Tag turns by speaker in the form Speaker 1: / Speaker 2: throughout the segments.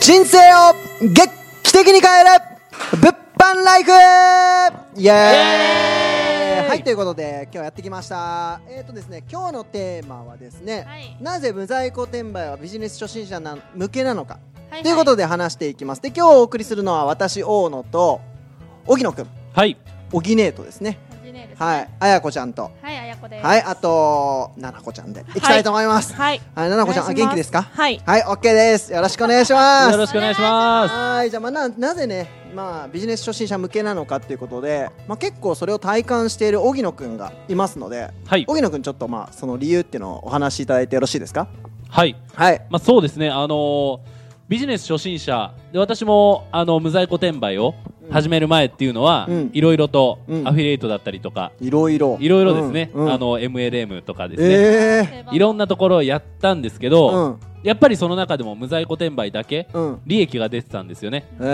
Speaker 1: 人生を劇的に変える物販ライフイエーイはいということで今日やってきましたえっ、とですね今日のテーマはですね、
Speaker 2: はい
Speaker 1: なぜ無在庫転売はビジネス初心者な向けなのか
Speaker 2: は
Speaker 1: ということで話していきますで今日お送りするのは私大野と荻野くん
Speaker 3: はい。
Speaker 1: 荻ネートですね
Speaker 2: はじねですね
Speaker 1: はいあやこちゃんと
Speaker 2: はいあやこです
Speaker 1: はいあとななこちゃんでいきたいと思います
Speaker 2: はい
Speaker 1: はいななこちゃんあ
Speaker 2: お願いしま
Speaker 1: 元
Speaker 2: す
Speaker 1: 気ですか
Speaker 2: はい
Speaker 1: はいオッケーですよろしくお願いします
Speaker 3: よろしくお願いします。
Speaker 1: はいじゃあまあななぜね、まあ、ビジネス初心者向けなのかっていうことで、まあ、結構それを体感している荻野くんがいますので
Speaker 3: はい。
Speaker 1: 荻野くんちょっとまあその理由っていうのをお話しいただいてよろしいですか
Speaker 3: はい。
Speaker 1: はい
Speaker 3: まあ、そうですね。あのービジネス初心者で私もあの無在庫転売を始める前っていうのは
Speaker 1: うん
Speaker 3: いろいろと
Speaker 1: うん
Speaker 3: アフィリエイトだったりとか
Speaker 1: いろいろ
Speaker 3: いろいろですね、
Speaker 1: うんうん
Speaker 3: あの MLM とかですね、
Speaker 1: え
Speaker 3: いろんなところをやったんですけ
Speaker 1: えー、
Speaker 3: ど、
Speaker 1: うん
Speaker 3: やっぱりその中でも無在庫転売だけ
Speaker 1: うん
Speaker 3: 利益が出てたんですよね、
Speaker 1: え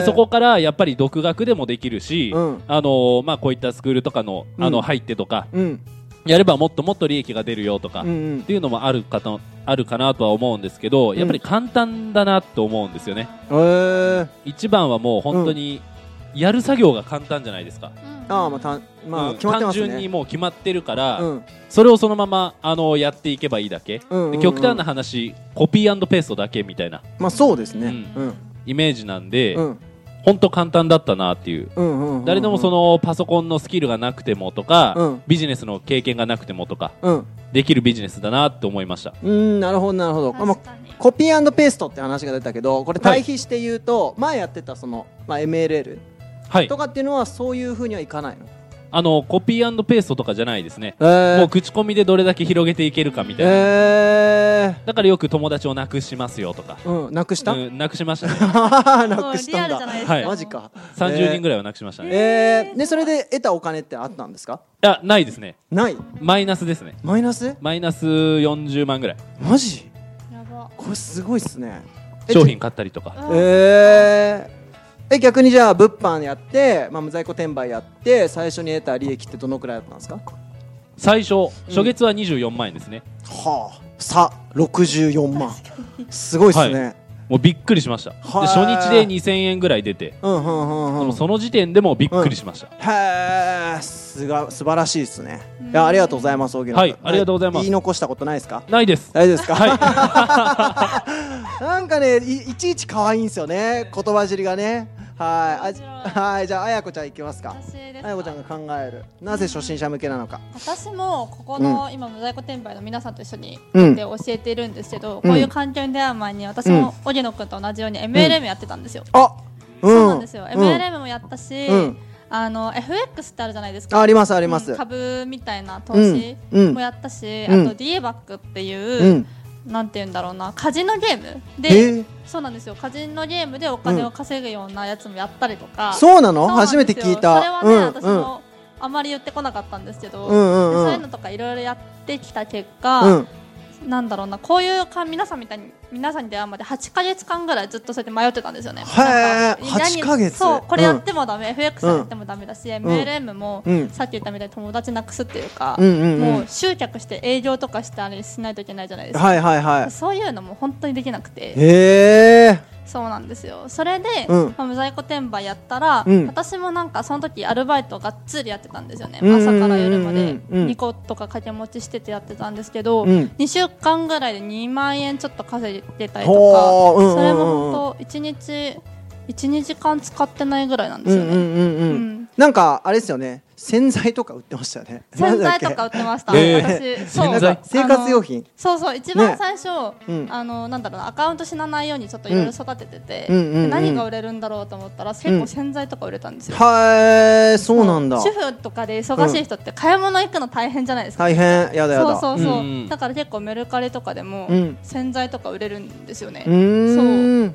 Speaker 3: で
Speaker 1: ー、
Speaker 3: そこからやっぱり独学でもできるし、
Speaker 1: うん
Speaker 3: あのーまあ、こういったスクールとかのあ
Speaker 1: うん
Speaker 3: の入ってとか、
Speaker 1: うん
Speaker 3: やればもっともっと利益が出るよとか、
Speaker 1: うんうん
Speaker 3: っていうのもあるかとあるかなとは思うんですけど、
Speaker 1: ん
Speaker 3: やっぱり簡単だなと思うんですよね。
Speaker 1: えー、
Speaker 3: 一番はもう本当にやる作業が簡単じゃないですか。
Speaker 1: ああまあたんまあ
Speaker 3: うん
Speaker 1: 決まってますね
Speaker 3: 単純にもう決まってるから、
Speaker 1: うん
Speaker 3: それをそのままあのやっていけばいいだけ、
Speaker 1: うんうんうん
Speaker 3: で極端な話コピーペーストだけみたいな
Speaker 1: まあそうですねう
Speaker 3: うんイメージなんで、
Speaker 1: うん
Speaker 3: 本当簡単だったなっていう、
Speaker 1: うんうんうん
Speaker 3: 誰でもそのパソコンのスキルがなくてもとか、
Speaker 1: うん
Speaker 3: ビジネスの経験がなくてもとか
Speaker 1: うん
Speaker 3: できるビジネスだなって思いました
Speaker 1: うんなるほどなるほどまあ
Speaker 2: 確かに
Speaker 1: コピーペーストって話が出たけどこれ対比して言うと、前やってたその、まあ、MLL
Speaker 3: はい
Speaker 1: とかっていうのはそういうふうにはいかないの、
Speaker 3: あのコピーペーストとかじゃないですね
Speaker 1: えー
Speaker 3: もう口コミでどれだけ広げていけるかみたいな、
Speaker 1: え
Speaker 3: だからよく友達をなくしますよとか、
Speaker 1: ー、うんなくした、
Speaker 3: うんなくしましたね
Speaker 1: なくしたん
Speaker 2: もうリアルじゃ
Speaker 1: だ
Speaker 2: ないです
Speaker 3: かはい
Speaker 1: マジか
Speaker 3: 30人ぐ
Speaker 1: らい
Speaker 3: らいはなくしましたね、い
Speaker 1: えー、でそれで得たお金ってあったんですか
Speaker 3: やないですね
Speaker 1: ない
Speaker 3: マイナスですね
Speaker 1: マイナス
Speaker 3: マイナス40万ぐらい
Speaker 1: マジ
Speaker 2: やば
Speaker 1: これすごいっすねえ
Speaker 3: 商品買ったりとか
Speaker 2: うん
Speaker 1: えー、え逆にじゃあ物販やって、まあ、無在庫転売やって最初に得た利益ってどのくらいだったんですか
Speaker 3: 最初初月は24万円ですね、
Speaker 1: はあさ64万すごいっすね、
Speaker 3: もうびっくりしましたで
Speaker 1: は
Speaker 3: 初
Speaker 1: い
Speaker 3: 日で2000円ぐらい出て、
Speaker 1: うんうんうんうん
Speaker 3: もうその時点でもうびっくりしました、
Speaker 1: へえすが素晴らしいですね
Speaker 2: うん
Speaker 1: いやありがとうございます大木野
Speaker 3: はいありがとうございます
Speaker 1: 言い残したことないですか
Speaker 3: ないです
Speaker 1: 大丈夫ですか、
Speaker 3: は
Speaker 1: なんかねいいちいち可愛いんですよね言葉尻がねはいあ
Speaker 2: 面白
Speaker 1: はいじゃああやこちゃんいきますか
Speaker 2: 私です
Speaker 1: あやこちゃんが考えるなぜ初心者向けなのか
Speaker 2: 私もここの今無在庫転売の皆さんと一緒に
Speaker 1: うん
Speaker 2: で教えているんですけど、
Speaker 1: うん
Speaker 2: こういう環境に出会う前に私も荻野くんと同じように MLM やってたんですよ、
Speaker 1: あうん
Speaker 2: そうなんですよ、
Speaker 1: うん
Speaker 2: MLM もやったし、
Speaker 1: うん
Speaker 2: あの FX ってあるじゃないですか
Speaker 1: あありますあります
Speaker 2: うん株みたいな投資
Speaker 1: うんうん
Speaker 2: もやったし、
Speaker 1: うん
Speaker 2: あと d バックっていうう、
Speaker 1: ん
Speaker 2: なんて言うんだろうなカジノゲーム
Speaker 1: え
Speaker 2: で、
Speaker 1: ー
Speaker 2: そうなんですよカジノゲームでお金を稼ぐようなやつもやったりとか、
Speaker 1: そうな
Speaker 2: そ
Speaker 1: の
Speaker 2: うなんです
Speaker 1: 初
Speaker 2: よ
Speaker 1: めて聞い
Speaker 2: それ
Speaker 1: た
Speaker 2: はね、
Speaker 1: うん
Speaker 2: 私もあまり言ってこなかったんですけど、
Speaker 1: うんうんうん
Speaker 2: そういうのとかいろいろやってきた結
Speaker 1: うんうん
Speaker 2: 果、なんだろうなこういうか皆さんみたいに皆さんに出会うまで8か月間ぐらいずっとそうやって迷ってたんですよね。
Speaker 1: へー
Speaker 2: なんか何
Speaker 1: 8ヶ月
Speaker 2: そうこれやってもダメ、FX
Speaker 1: うん
Speaker 2: やってもダメだし、MLM も、
Speaker 1: うん
Speaker 2: さっき言ったみたいに友達なくすっていうか、
Speaker 1: うんうん
Speaker 2: も
Speaker 1: うん
Speaker 2: う集客して営業とかしてあれしないといけないじゃないですか。
Speaker 1: はいはいはい
Speaker 2: そういうのも本当にできなくて。
Speaker 1: へえ
Speaker 2: そうなんですよそれで、
Speaker 1: うん
Speaker 2: まあ無在庫転売やったら、
Speaker 1: うん
Speaker 2: 私もなんかその時アルバイトがっつりやってたんですよね、
Speaker 1: うんうんうんうん
Speaker 2: 朝から夜まで
Speaker 1: うん
Speaker 2: 2個とか掛け持ちしててやってたんですけど、
Speaker 1: うん
Speaker 2: 2週間ぐらいで2万円ちょっと稼いでたりと
Speaker 1: ほーうんうんうん
Speaker 2: かそれも本当1日12時間使ってないぐらいなんですよね、
Speaker 1: うんうんうんうん
Speaker 2: うん
Speaker 1: なんかあれですよね洗剤とか売ってましたよね
Speaker 2: 洗剤とか売
Speaker 1: 売
Speaker 2: ってました、
Speaker 3: えー
Speaker 2: 私そう
Speaker 3: 洗
Speaker 1: なん
Speaker 3: 剤
Speaker 1: か生活用品
Speaker 2: そうそう一番
Speaker 1: ね
Speaker 2: 最初、
Speaker 1: うん
Speaker 2: あのなんだろうなアカウント死なないようにちょっといろいろ育ててて、
Speaker 1: うんうんうんうん
Speaker 2: で何が売れるんだろうと思ったら結構洗剤とか売れたんですよ、
Speaker 1: はいそうなんだ
Speaker 2: 主婦とかで忙しい人って買い物行くの大変じゃないですか、
Speaker 1: 大変やだやだ
Speaker 2: そうそうそう、
Speaker 3: うんうん
Speaker 2: だから結構メルカリとかでも
Speaker 1: うん
Speaker 2: 洗剤とか売れるんですよね、
Speaker 1: うーん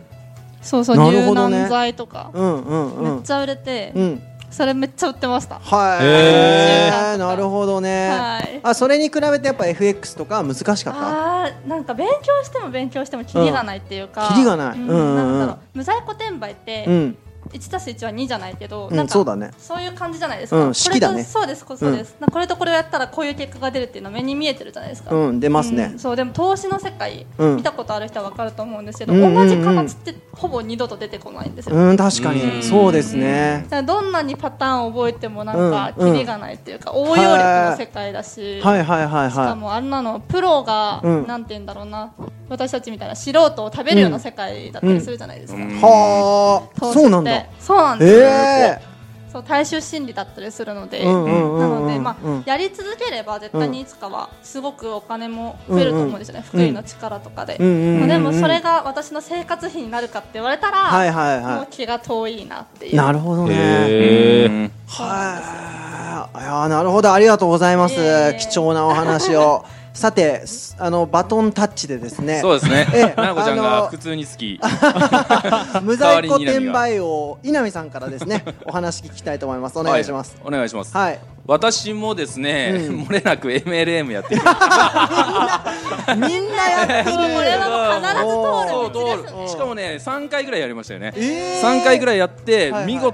Speaker 2: そうそう
Speaker 1: なる
Speaker 2: 柔
Speaker 1: ほどね
Speaker 2: 軟剤とか、
Speaker 1: うんうんう
Speaker 2: め
Speaker 1: ん
Speaker 2: っちゃ売れて、
Speaker 1: うん
Speaker 2: それめっちゃ売ってました
Speaker 1: はい、
Speaker 3: へ
Speaker 2: ー
Speaker 1: なるほどね、
Speaker 2: はい
Speaker 1: あそれに比べてやっぱ FX とかは難しかった
Speaker 2: あーなんか勉強しても勉強してもキリがないっていうか、
Speaker 1: うんキリがないうんうんうん
Speaker 2: なんだろう無在庫転売って、
Speaker 1: うん
Speaker 2: 1たす1は2じゃないけど、
Speaker 1: うん
Speaker 2: なんか
Speaker 1: そうだね
Speaker 2: そういう感じじゃないですか、
Speaker 1: うん式だね
Speaker 2: これとそうですこそうです、なんかこれとこれをやったらこういう結果が出るっていうのは目に見えてるじゃないですか、
Speaker 1: うん出ますね
Speaker 2: うん、そうでも投資の世界、
Speaker 1: うん
Speaker 2: 見たことある人は分かると思うんですけど、
Speaker 1: うんうんうん
Speaker 2: 同じ形ってほぼ二度と出てこないんですよ、
Speaker 1: うん確か
Speaker 3: う
Speaker 1: に
Speaker 3: ん
Speaker 1: そうですね
Speaker 2: だからどんなにパターンを覚えてもなんか
Speaker 1: うんうん
Speaker 2: キリがないっていうか、応用力の世界だし、
Speaker 1: はいはいはい
Speaker 2: しか
Speaker 1: は
Speaker 2: もあんなのプロが、
Speaker 1: うん
Speaker 2: なんて言うんだろうな私たちみたいな素人を食べるような世界だったりするじゃないですか、
Speaker 3: うん
Speaker 1: いはあ
Speaker 2: 投資っ
Speaker 1: そ
Speaker 2: て
Speaker 1: うなんだ
Speaker 2: そうなんですよ、
Speaker 1: え
Speaker 2: そう大衆心理だったりするので、
Speaker 1: えうんうんう
Speaker 2: なんの
Speaker 1: うん
Speaker 2: で、まあ
Speaker 1: うん
Speaker 2: やり続ければ絶対にいつかはすごくお金も増えると思うんですよね、
Speaker 1: うんうん
Speaker 2: 福井の力とかで、
Speaker 1: うんうんうんうん
Speaker 2: でもそれが私の生活費になるかって言われたら、
Speaker 1: はいはい
Speaker 2: も
Speaker 1: は
Speaker 2: う気が遠いなってい
Speaker 1: いうなるほどね
Speaker 3: へえ
Speaker 1: はいいやーなるほどありがとうございます
Speaker 2: いえいえ
Speaker 1: 貴重なお話 をさてすあのバトンタッチでですね
Speaker 4: そうですね
Speaker 1: ええ。
Speaker 4: ななこちゃん
Speaker 1: あの
Speaker 4: が普通に好き。
Speaker 1: 無在庫
Speaker 4: 代わりに
Speaker 1: 転売王稲見さんからですねお話聞きたいと思いますお願いします
Speaker 4: は。お願いします。
Speaker 1: はい
Speaker 4: 私もですね、
Speaker 1: うん
Speaker 4: 漏れなく MLM やってる。
Speaker 1: みんなやって
Speaker 2: そうこれ
Speaker 1: る
Speaker 2: はも
Speaker 4: そう
Speaker 2: 必ず通る道です
Speaker 4: 通るしかもね、三回ぐらいやりましたよね。
Speaker 1: えー
Speaker 4: 三回ぐらいやって
Speaker 1: はいはい
Speaker 4: 見事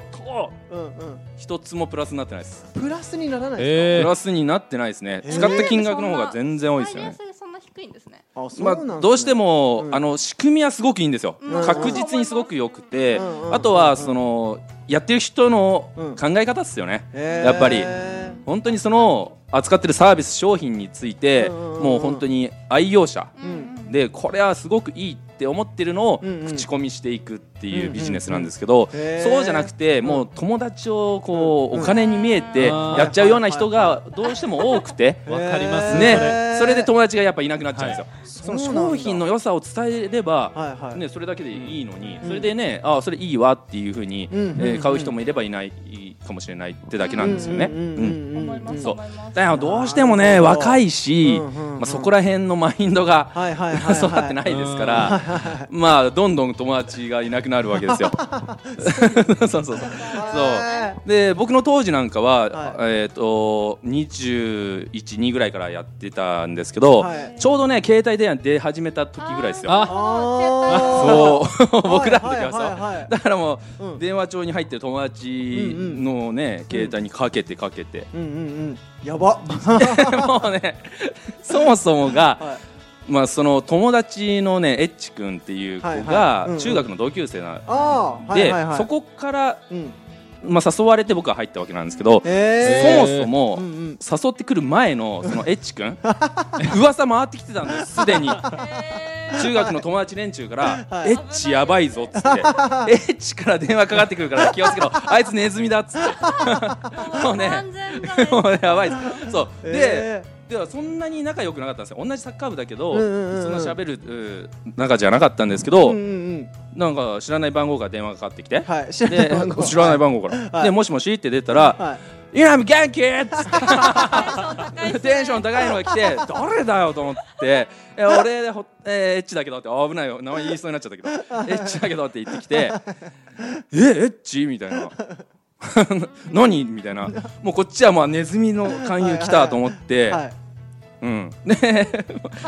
Speaker 1: うんうん
Speaker 4: 一つもプラスになってないです。
Speaker 1: プラスにならないです
Speaker 3: え
Speaker 4: プ
Speaker 3: ー
Speaker 4: ラスになってないですね。
Speaker 1: えー
Speaker 4: 使った金額の方が全然多いですよ
Speaker 2: マイ
Speaker 4: ね
Speaker 2: ナ。スそんな低いんですね
Speaker 1: かあそう
Speaker 4: ま
Speaker 1: な
Speaker 4: あ
Speaker 1: んですね
Speaker 4: どうしても、
Speaker 1: うん
Speaker 4: あの仕組みはすごくいいんですよ、
Speaker 2: うん
Speaker 4: 確実にすごく良くて、
Speaker 1: うんうん
Speaker 4: あとはそのやってる人の
Speaker 1: うん
Speaker 4: 考え方っすよね、
Speaker 1: えー
Speaker 4: やっぱり本当にその扱ってるサービス商品について、
Speaker 1: うんうんうん
Speaker 4: もう本当に愛用者
Speaker 2: うんうん
Speaker 4: でこれはすごくいいって思ってるのを
Speaker 1: うんうん
Speaker 4: 口コミしていくって
Speaker 1: うん
Speaker 4: い
Speaker 1: うん
Speaker 4: うビジネスなんですけど、
Speaker 1: へー
Speaker 4: そうじゃなくてもう友達をこう、
Speaker 1: うん
Speaker 4: お金に見えて
Speaker 3: うん
Speaker 4: やっちゃうような人がどうしても多 くて。
Speaker 3: わかります
Speaker 4: ね、
Speaker 1: へー
Speaker 4: それで友達がやっぱいなくなっちゃうんですよ、
Speaker 1: はいそ
Speaker 4: そう
Speaker 1: なんだ
Speaker 4: の商品の良さを伝えれば、
Speaker 1: はいはい
Speaker 4: ね、それだけでいいのに、
Speaker 1: うん
Speaker 4: それでねあそれいいわっていうふうに、
Speaker 1: うんうんうん
Speaker 4: えー買う人もいればいないかもしれないってだけなんですよね。
Speaker 1: う
Speaker 4: うんん
Speaker 1: うんうん
Speaker 2: 思います
Speaker 4: そう
Speaker 2: 思います
Speaker 4: だからどうしても
Speaker 1: な
Speaker 4: ね
Speaker 1: るほど
Speaker 4: 若いし、
Speaker 1: うんうんうん
Speaker 4: まあ、そこら辺のマインドが、
Speaker 1: はいはいはいはい
Speaker 4: 育ってないですから、まあどんどん友達がいなくなるわ けですよ。そうそうそう。そう
Speaker 1: へ
Speaker 4: で僕の当時なんかは、
Speaker 1: は
Speaker 4: えっ、と21、2ぐらいからやってたんですけど、
Speaker 1: はい
Speaker 4: ちょうどね携帯電話出始めた時ぐらいですよ。
Speaker 3: あ
Speaker 1: あ
Speaker 4: そ う 僕らの時はそう、
Speaker 1: はいはいはいはい
Speaker 4: だからもう、
Speaker 1: うん
Speaker 4: 電話帳に入ってる友達のね、携帯にかけてかけて、
Speaker 1: うんうんうんやば
Speaker 4: もうねそもそもが、
Speaker 1: は
Speaker 4: まあ、その友達のねエッチ君っていう子
Speaker 1: はいはいうんう
Speaker 4: が
Speaker 1: ん
Speaker 4: 中学の同級生な
Speaker 1: ああ
Speaker 4: んで、
Speaker 1: はいはいはい
Speaker 4: そこから、
Speaker 1: うん
Speaker 4: まあ、誘われて僕は入ったわけなんですけど、
Speaker 1: えー
Speaker 4: そもそも、
Speaker 1: うんうん
Speaker 4: 誘ってくる前のそのエッチ君 噂回ってきてたんですすでに。中学の友達連中から、
Speaker 1: はい
Speaker 4: エッチやばいぞっ つってエッチから電話かかってくるから気をつけろあいつネズミだっつってもうね
Speaker 2: 完全じゃな い
Speaker 4: もうやばいですそう、
Speaker 1: え
Speaker 4: でではそんなに仲良くなかったんですよ同じサッカー部だけど、
Speaker 1: うんうんうんうん
Speaker 4: そんな喋るうん仲じゃなかったんですけど、
Speaker 1: うんうん
Speaker 4: なんか知らない番号から電話かかってきて、
Speaker 1: うんはい知らない
Speaker 4: で
Speaker 1: 番号
Speaker 4: 知らない番号から、
Speaker 1: はい
Speaker 4: でもしもしって出たら「
Speaker 1: はい
Speaker 4: 稲見元気!」っつって
Speaker 2: 高いですね
Speaker 4: テンション高いのが 来て誰だよと思って「え俺でほ、えーエッチだけど」ってあ危ないよ名前言いそうになっちゃったけ ど「エッチだけど」って言ってきて「えエッチ?」みたいな 「何?」みたいなもうこっちはまあネズミの勧誘来たと思って、
Speaker 1: はい
Speaker 4: うん、で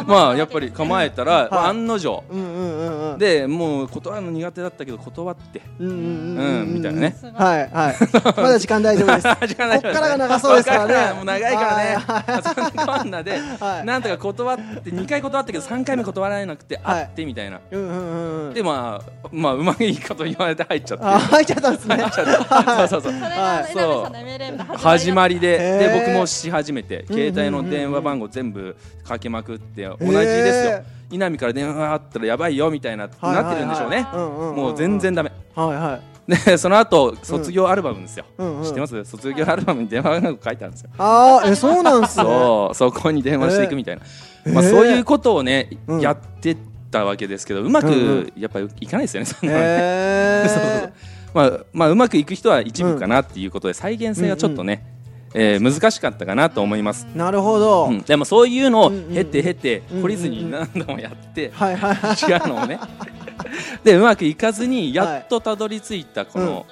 Speaker 4: まあやっぱり構えたら、
Speaker 1: はい
Speaker 4: 案の定
Speaker 1: うんうんうんうん
Speaker 4: でもう断るの苦手だったけど断って。
Speaker 1: うんうん
Speaker 4: うんみたいなね
Speaker 1: はいはいまだ時間大丈夫です
Speaker 4: 時間ない
Speaker 1: こっからが長そうですからね
Speaker 4: こっもう長いからね
Speaker 1: は
Speaker 4: そんなこんなで、
Speaker 1: はい
Speaker 4: なんとか断って2回断ったけど3回目断られなくて
Speaker 1: はい
Speaker 4: 会ってみたいな、
Speaker 1: うんうんうんうん
Speaker 4: でまあまあうまいいかと言われて入っちゃって
Speaker 1: あ入っちゃったんですね
Speaker 4: そうそうそう
Speaker 2: それがあの稲見
Speaker 4: はい
Speaker 2: さんの MLM の
Speaker 4: 始まり
Speaker 1: へ
Speaker 4: で
Speaker 1: ー
Speaker 4: で僕もし始めて携帯の電話番号全部かけまくって同じですよ稲見から電話あったらやばいよみたいな、
Speaker 1: はいはいはい
Speaker 4: なってるんでしょうね、
Speaker 1: うんうんうん
Speaker 4: もう全然ダメ
Speaker 1: はいはい
Speaker 4: でその後卒業アルバムですよ、
Speaker 1: うんうん
Speaker 4: 知ってます卒業アルバムに電話番号書いてあるんですよ
Speaker 1: ああえそうなんすね
Speaker 4: そう、そこに電話していくみたいな、まあ、
Speaker 1: えー
Speaker 4: そういうことをね、
Speaker 1: うん
Speaker 4: やってたわけですけど、うま
Speaker 1: うん
Speaker 4: くやっぱりいかないですよね、そんなのね
Speaker 1: へえ
Speaker 4: そうそうそうまあ、まあ、うまくいく人は一部かなっていうことで、再現性がちょっとね、えー難しかったかなと思います。
Speaker 1: なるほど、
Speaker 4: うん、でもそういうのを
Speaker 1: うんうん
Speaker 4: 経て経て
Speaker 1: うん
Speaker 4: 懲りずに何度もやって
Speaker 1: はいはいはい
Speaker 4: 違うのをね でうまくいかずにやっとたどり着いたこの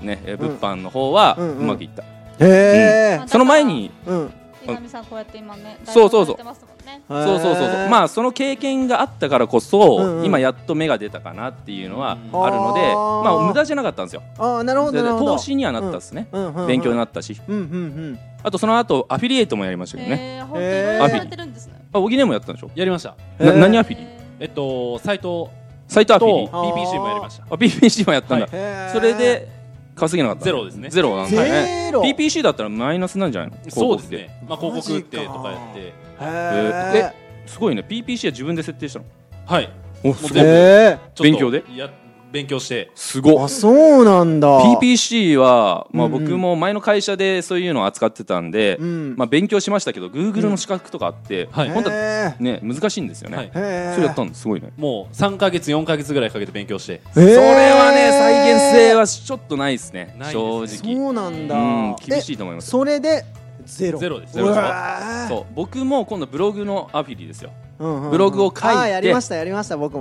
Speaker 4: ねえー物販の方は
Speaker 1: うん
Speaker 4: うまくいった
Speaker 1: へえ
Speaker 2: うん
Speaker 4: その前に
Speaker 1: うん
Speaker 2: い木南さんこうやって今ね
Speaker 4: そうそうそ
Speaker 2: ライブや
Speaker 4: う
Speaker 2: ってますもんね
Speaker 1: そ
Speaker 4: そうそうそうそうまあその経験があったからこそ、
Speaker 1: うんうん
Speaker 4: 今やっと芽が出たかなっていうのはある
Speaker 1: うん
Speaker 4: ので、
Speaker 1: あー
Speaker 4: まあ無駄じゃなかったんですよ
Speaker 1: ああなるほどなるほど
Speaker 4: 投資にはなったですね、
Speaker 1: うんうんうん
Speaker 4: 勉強になったし
Speaker 1: うんうんうん
Speaker 4: あとその後アフィリエイトもやりましたけどね、
Speaker 2: えー、本当にいろいろされてるんですね、
Speaker 4: あ小木根もやったんでしょ、
Speaker 3: やりました
Speaker 4: な
Speaker 1: えー
Speaker 4: 何アフィリ
Speaker 2: え
Speaker 3: えっとサイト
Speaker 4: サイトアフ
Speaker 3: と
Speaker 4: ィリ
Speaker 1: あ
Speaker 3: BPC もやりました
Speaker 4: あ PPC もやったんだ、
Speaker 3: は
Speaker 1: へー
Speaker 4: それで稼げなかった
Speaker 3: ゼロですね
Speaker 4: ゼロなんだね
Speaker 1: ゼロ
Speaker 4: PPC だったらマイナスなんじゃないの広
Speaker 3: そうで
Speaker 4: 告っ
Speaker 3: す
Speaker 4: て
Speaker 3: ねまあ広告打ってとかやって
Speaker 1: へ
Speaker 4: え
Speaker 1: え
Speaker 4: すごいね PPC は自分で設定したの
Speaker 3: はい
Speaker 4: お
Speaker 3: す
Speaker 4: す
Speaker 3: ごい
Speaker 4: ごい
Speaker 1: え
Speaker 3: ちょっと
Speaker 4: 勉強で
Speaker 3: や勉強して
Speaker 4: す
Speaker 1: ー
Speaker 4: ご
Speaker 1: あ
Speaker 4: い
Speaker 1: そうなんだ
Speaker 4: PPC は、まあ、
Speaker 1: うんうん
Speaker 4: 僕も前の会社でそういうのを扱ってたんで、
Speaker 1: うん
Speaker 4: まあ、勉強しましたけど Google の資格とかあって、
Speaker 3: はい
Speaker 4: 本当は、
Speaker 1: へ
Speaker 4: ね、難しいんですよね、
Speaker 3: はい
Speaker 1: え
Speaker 4: それやったんですすごいね、
Speaker 3: もう3か月4か月ぐらいかけて勉強して
Speaker 1: それ
Speaker 4: それはね再現性はちょっとないですね
Speaker 3: ない
Speaker 4: 正
Speaker 3: です
Speaker 4: 直
Speaker 1: そうなんだ
Speaker 4: うん厳し
Speaker 1: い
Speaker 4: いと思います
Speaker 1: それでゼロ
Speaker 3: ゼロです
Speaker 4: ゼロ
Speaker 1: う
Speaker 4: です
Speaker 1: わー
Speaker 4: そう僕も今度ブログのアフィリ ですよ
Speaker 1: うんうんうん
Speaker 4: ブログを書いて
Speaker 1: あーやりましたやりました僕 も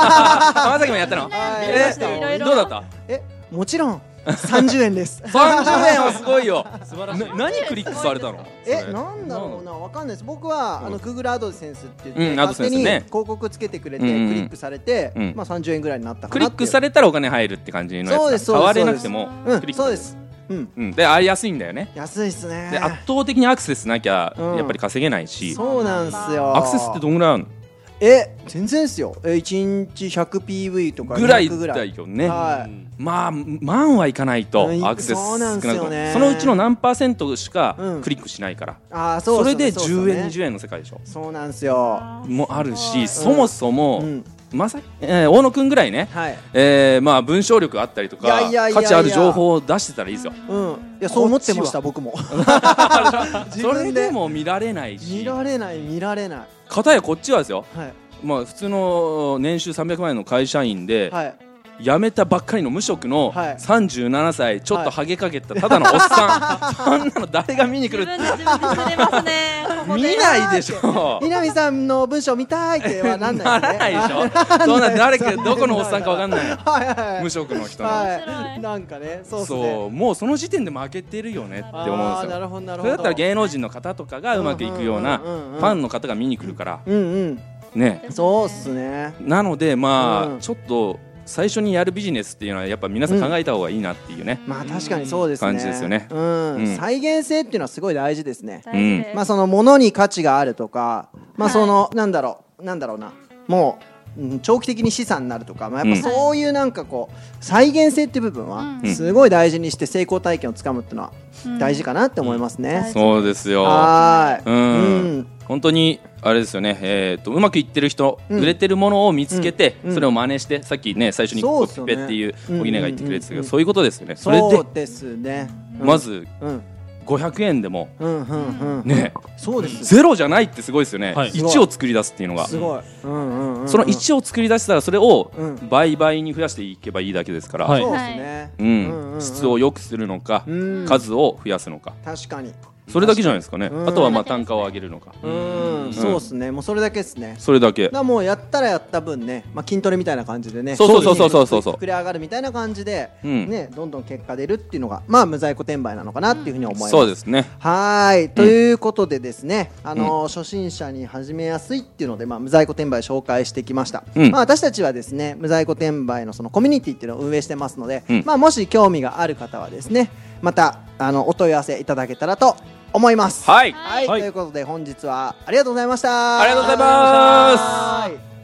Speaker 4: あまさきもやった
Speaker 1: は
Speaker 4: の
Speaker 1: い
Speaker 4: え
Speaker 1: やりましたよ
Speaker 2: いろいろ
Speaker 4: どうだった
Speaker 1: えもちろん30円です
Speaker 4: 30円はすごいよ
Speaker 3: 素晴らしい
Speaker 4: な何クリックされたの
Speaker 1: え
Speaker 4: それ
Speaker 1: なんだろうなわかんないです僕は、あ
Speaker 4: う
Speaker 1: の
Speaker 4: ん
Speaker 1: Google アドセンスって言って、
Speaker 4: うん
Speaker 1: 勝手に
Speaker 4: AdSense ね
Speaker 1: 広告つけてくれて、
Speaker 4: うんうん
Speaker 1: クリックされて、
Speaker 4: うん
Speaker 1: まあ30円ぐらいになったか
Speaker 4: ク
Speaker 1: な
Speaker 4: リ
Speaker 1: っ
Speaker 4: ッ
Speaker 1: て
Speaker 4: クされたらお金入るって感じのやつ
Speaker 1: そう
Speaker 4: だ
Speaker 1: ですそうです
Speaker 4: 触れなくても
Speaker 1: うん
Speaker 4: クリック
Speaker 1: そうですうん
Speaker 4: うんであれ安いんだよね
Speaker 1: 安いっすね
Speaker 4: で圧倒的にアクセスなきゃ
Speaker 1: うん
Speaker 4: やっぱり稼げないし
Speaker 1: そうなんすよ
Speaker 4: アクセスってどんぐらいあるの
Speaker 1: え全然ですよえ1日 100PV とか
Speaker 4: ぐらい
Speaker 1: 200ぐら
Speaker 4: だ
Speaker 1: い
Speaker 4: よね
Speaker 1: は
Speaker 3: う
Speaker 1: い
Speaker 3: ん
Speaker 4: まあ万はいかないと
Speaker 1: うん
Speaker 4: アクセス
Speaker 1: そう
Speaker 4: 少
Speaker 1: な
Speaker 4: なんく
Speaker 1: す
Speaker 4: と
Speaker 1: よね
Speaker 4: そのうちの何パーセントしか
Speaker 1: うん
Speaker 4: クリックしないから
Speaker 1: あーそう
Speaker 4: そ
Speaker 1: っす
Speaker 4: れ
Speaker 1: よ
Speaker 4: で
Speaker 1: ねそうっすよ
Speaker 4: 10
Speaker 1: ね
Speaker 4: 円20円の世界でしょ
Speaker 1: そうなんすよ
Speaker 4: もあるし
Speaker 2: す
Speaker 4: そもそも
Speaker 1: うん
Speaker 4: まさえー大野くんぐらいね
Speaker 1: はい
Speaker 4: えーまあ文章力あったりと
Speaker 1: いやいや
Speaker 4: か
Speaker 1: いやいや
Speaker 4: 価値ある情報を出してたらいいですよ
Speaker 1: うんいやそう思ってました僕も自
Speaker 4: それ
Speaker 1: 分
Speaker 4: で
Speaker 1: で
Speaker 4: も見られない
Speaker 1: 見
Speaker 4: し
Speaker 1: られない見られない
Speaker 4: 片やこっちはですよ
Speaker 1: はい
Speaker 4: まあ普通の年収300万円の会社員で
Speaker 1: はい
Speaker 4: 辞めたばっかりの無職の
Speaker 1: はい
Speaker 4: 37歳ちょっとハゲかけたただのおっさ んそんなの誰が見に来
Speaker 2: 自
Speaker 4: る
Speaker 2: 分で自分で釣れますねここ
Speaker 4: 見
Speaker 2: で
Speaker 4: ないでしょ
Speaker 1: 南さんの文章見たいってはなんないよ
Speaker 4: なら
Speaker 1: ね
Speaker 4: ないでし ょそんな誰かどこのおっさんかわかんない
Speaker 1: はいはいはい
Speaker 4: 無職の人の、
Speaker 1: は
Speaker 2: 面白
Speaker 1: い
Speaker 2: い
Speaker 1: なんかねそうっすね
Speaker 4: そうもうその時点で負けてるよねって思うん
Speaker 1: あー
Speaker 4: です
Speaker 1: な
Speaker 4: よ
Speaker 1: るほどなる
Speaker 4: そ
Speaker 1: ほど
Speaker 4: れだったら芸能人の方とかがうまくいくような
Speaker 1: うん
Speaker 4: フ
Speaker 1: うんうんうん
Speaker 4: ァンの方が見に来るから
Speaker 1: うんうん
Speaker 4: ね
Speaker 1: そうっすね
Speaker 4: なのでま
Speaker 1: うん
Speaker 4: あちょっと最初にやるビジネスっていうのはやっぱ皆さん考えた方がいいなっていうね
Speaker 1: まあ確かにそうですね
Speaker 4: 感じですよね
Speaker 1: うん、
Speaker 4: うん
Speaker 1: 再現性っていうのはすごい大事ですね
Speaker 2: 大事です
Speaker 1: まあその物に価値があるとかまあ
Speaker 2: はい
Speaker 1: その、なんだろうなんだろうなもう、うん長期的に資産になるとか、まあ、やっぱ
Speaker 2: うん
Speaker 1: そういうなんかこう再現性っていう部分は
Speaker 2: うん
Speaker 1: すごい大事にして成功体験をつかむっていうのは大事かなって思いますね、
Speaker 4: そうですよ
Speaker 1: はーい
Speaker 4: うん
Speaker 1: うん
Speaker 4: 本当にあれですよね、えー、とうまくいってる人、
Speaker 1: うん
Speaker 4: 売れてるものを見つけて、
Speaker 1: うんうん
Speaker 4: それを真似してさっきね最初に
Speaker 1: そう
Speaker 4: コ
Speaker 1: っす
Speaker 4: ピ
Speaker 1: よ
Speaker 4: ペ
Speaker 1: ね
Speaker 4: っていう
Speaker 1: うん
Speaker 4: 小木根が言ってくれてたけ
Speaker 1: うんうんうん
Speaker 4: どそういうことですよねそれ
Speaker 1: そ
Speaker 4: で
Speaker 1: うですね、うん
Speaker 4: まず
Speaker 1: うん
Speaker 4: 500円でも
Speaker 1: うんうんうん、
Speaker 4: ね
Speaker 1: そうです
Speaker 4: ゼロじゃないってすごいですよね、
Speaker 3: はい
Speaker 4: 1を作り出すっていうのが
Speaker 1: すごい、うんうんうんうん、
Speaker 4: その1を作り出したらそれを
Speaker 1: うん
Speaker 4: 倍々に増やしていけばいいだけですから、
Speaker 3: はい
Speaker 1: そうですね、
Speaker 4: う
Speaker 1: うんうんうん
Speaker 4: ん、質を良くするのか、
Speaker 1: うん
Speaker 4: 数を増やすのか
Speaker 1: 確かに
Speaker 4: それだけじゃないですかね、
Speaker 1: うん
Speaker 4: あとはまあ単価を上げるのか、
Speaker 1: うん、そうですねもうそれだけですね
Speaker 4: それだけ
Speaker 1: だからもうやったらやった分ね、まあ、筋トレみたいな感じでね
Speaker 4: そうそうそうそうそうそう
Speaker 1: 膨れ上がるみたいな感じで、
Speaker 4: うん
Speaker 1: ねどんどん結果出るっていうのがまあ無在庫転売なのかなっていうふうに思います、
Speaker 4: そうですね
Speaker 1: はーいということでですね、あのー初心者に始めやすいっていうので、まあ、無在庫転売紹介してきました、
Speaker 4: うん
Speaker 1: まあ、私たちはですね無在庫転売のそのコミュニティっていうのを運営してますので、
Speaker 4: うん
Speaker 1: まあ、もし興味がある方はですねまたあのお問い合わせいただけたらと思います
Speaker 4: はい
Speaker 1: はい、
Speaker 3: はい
Speaker 1: ということで本日はありがとうございました
Speaker 4: ありがとうございます
Speaker 1: はい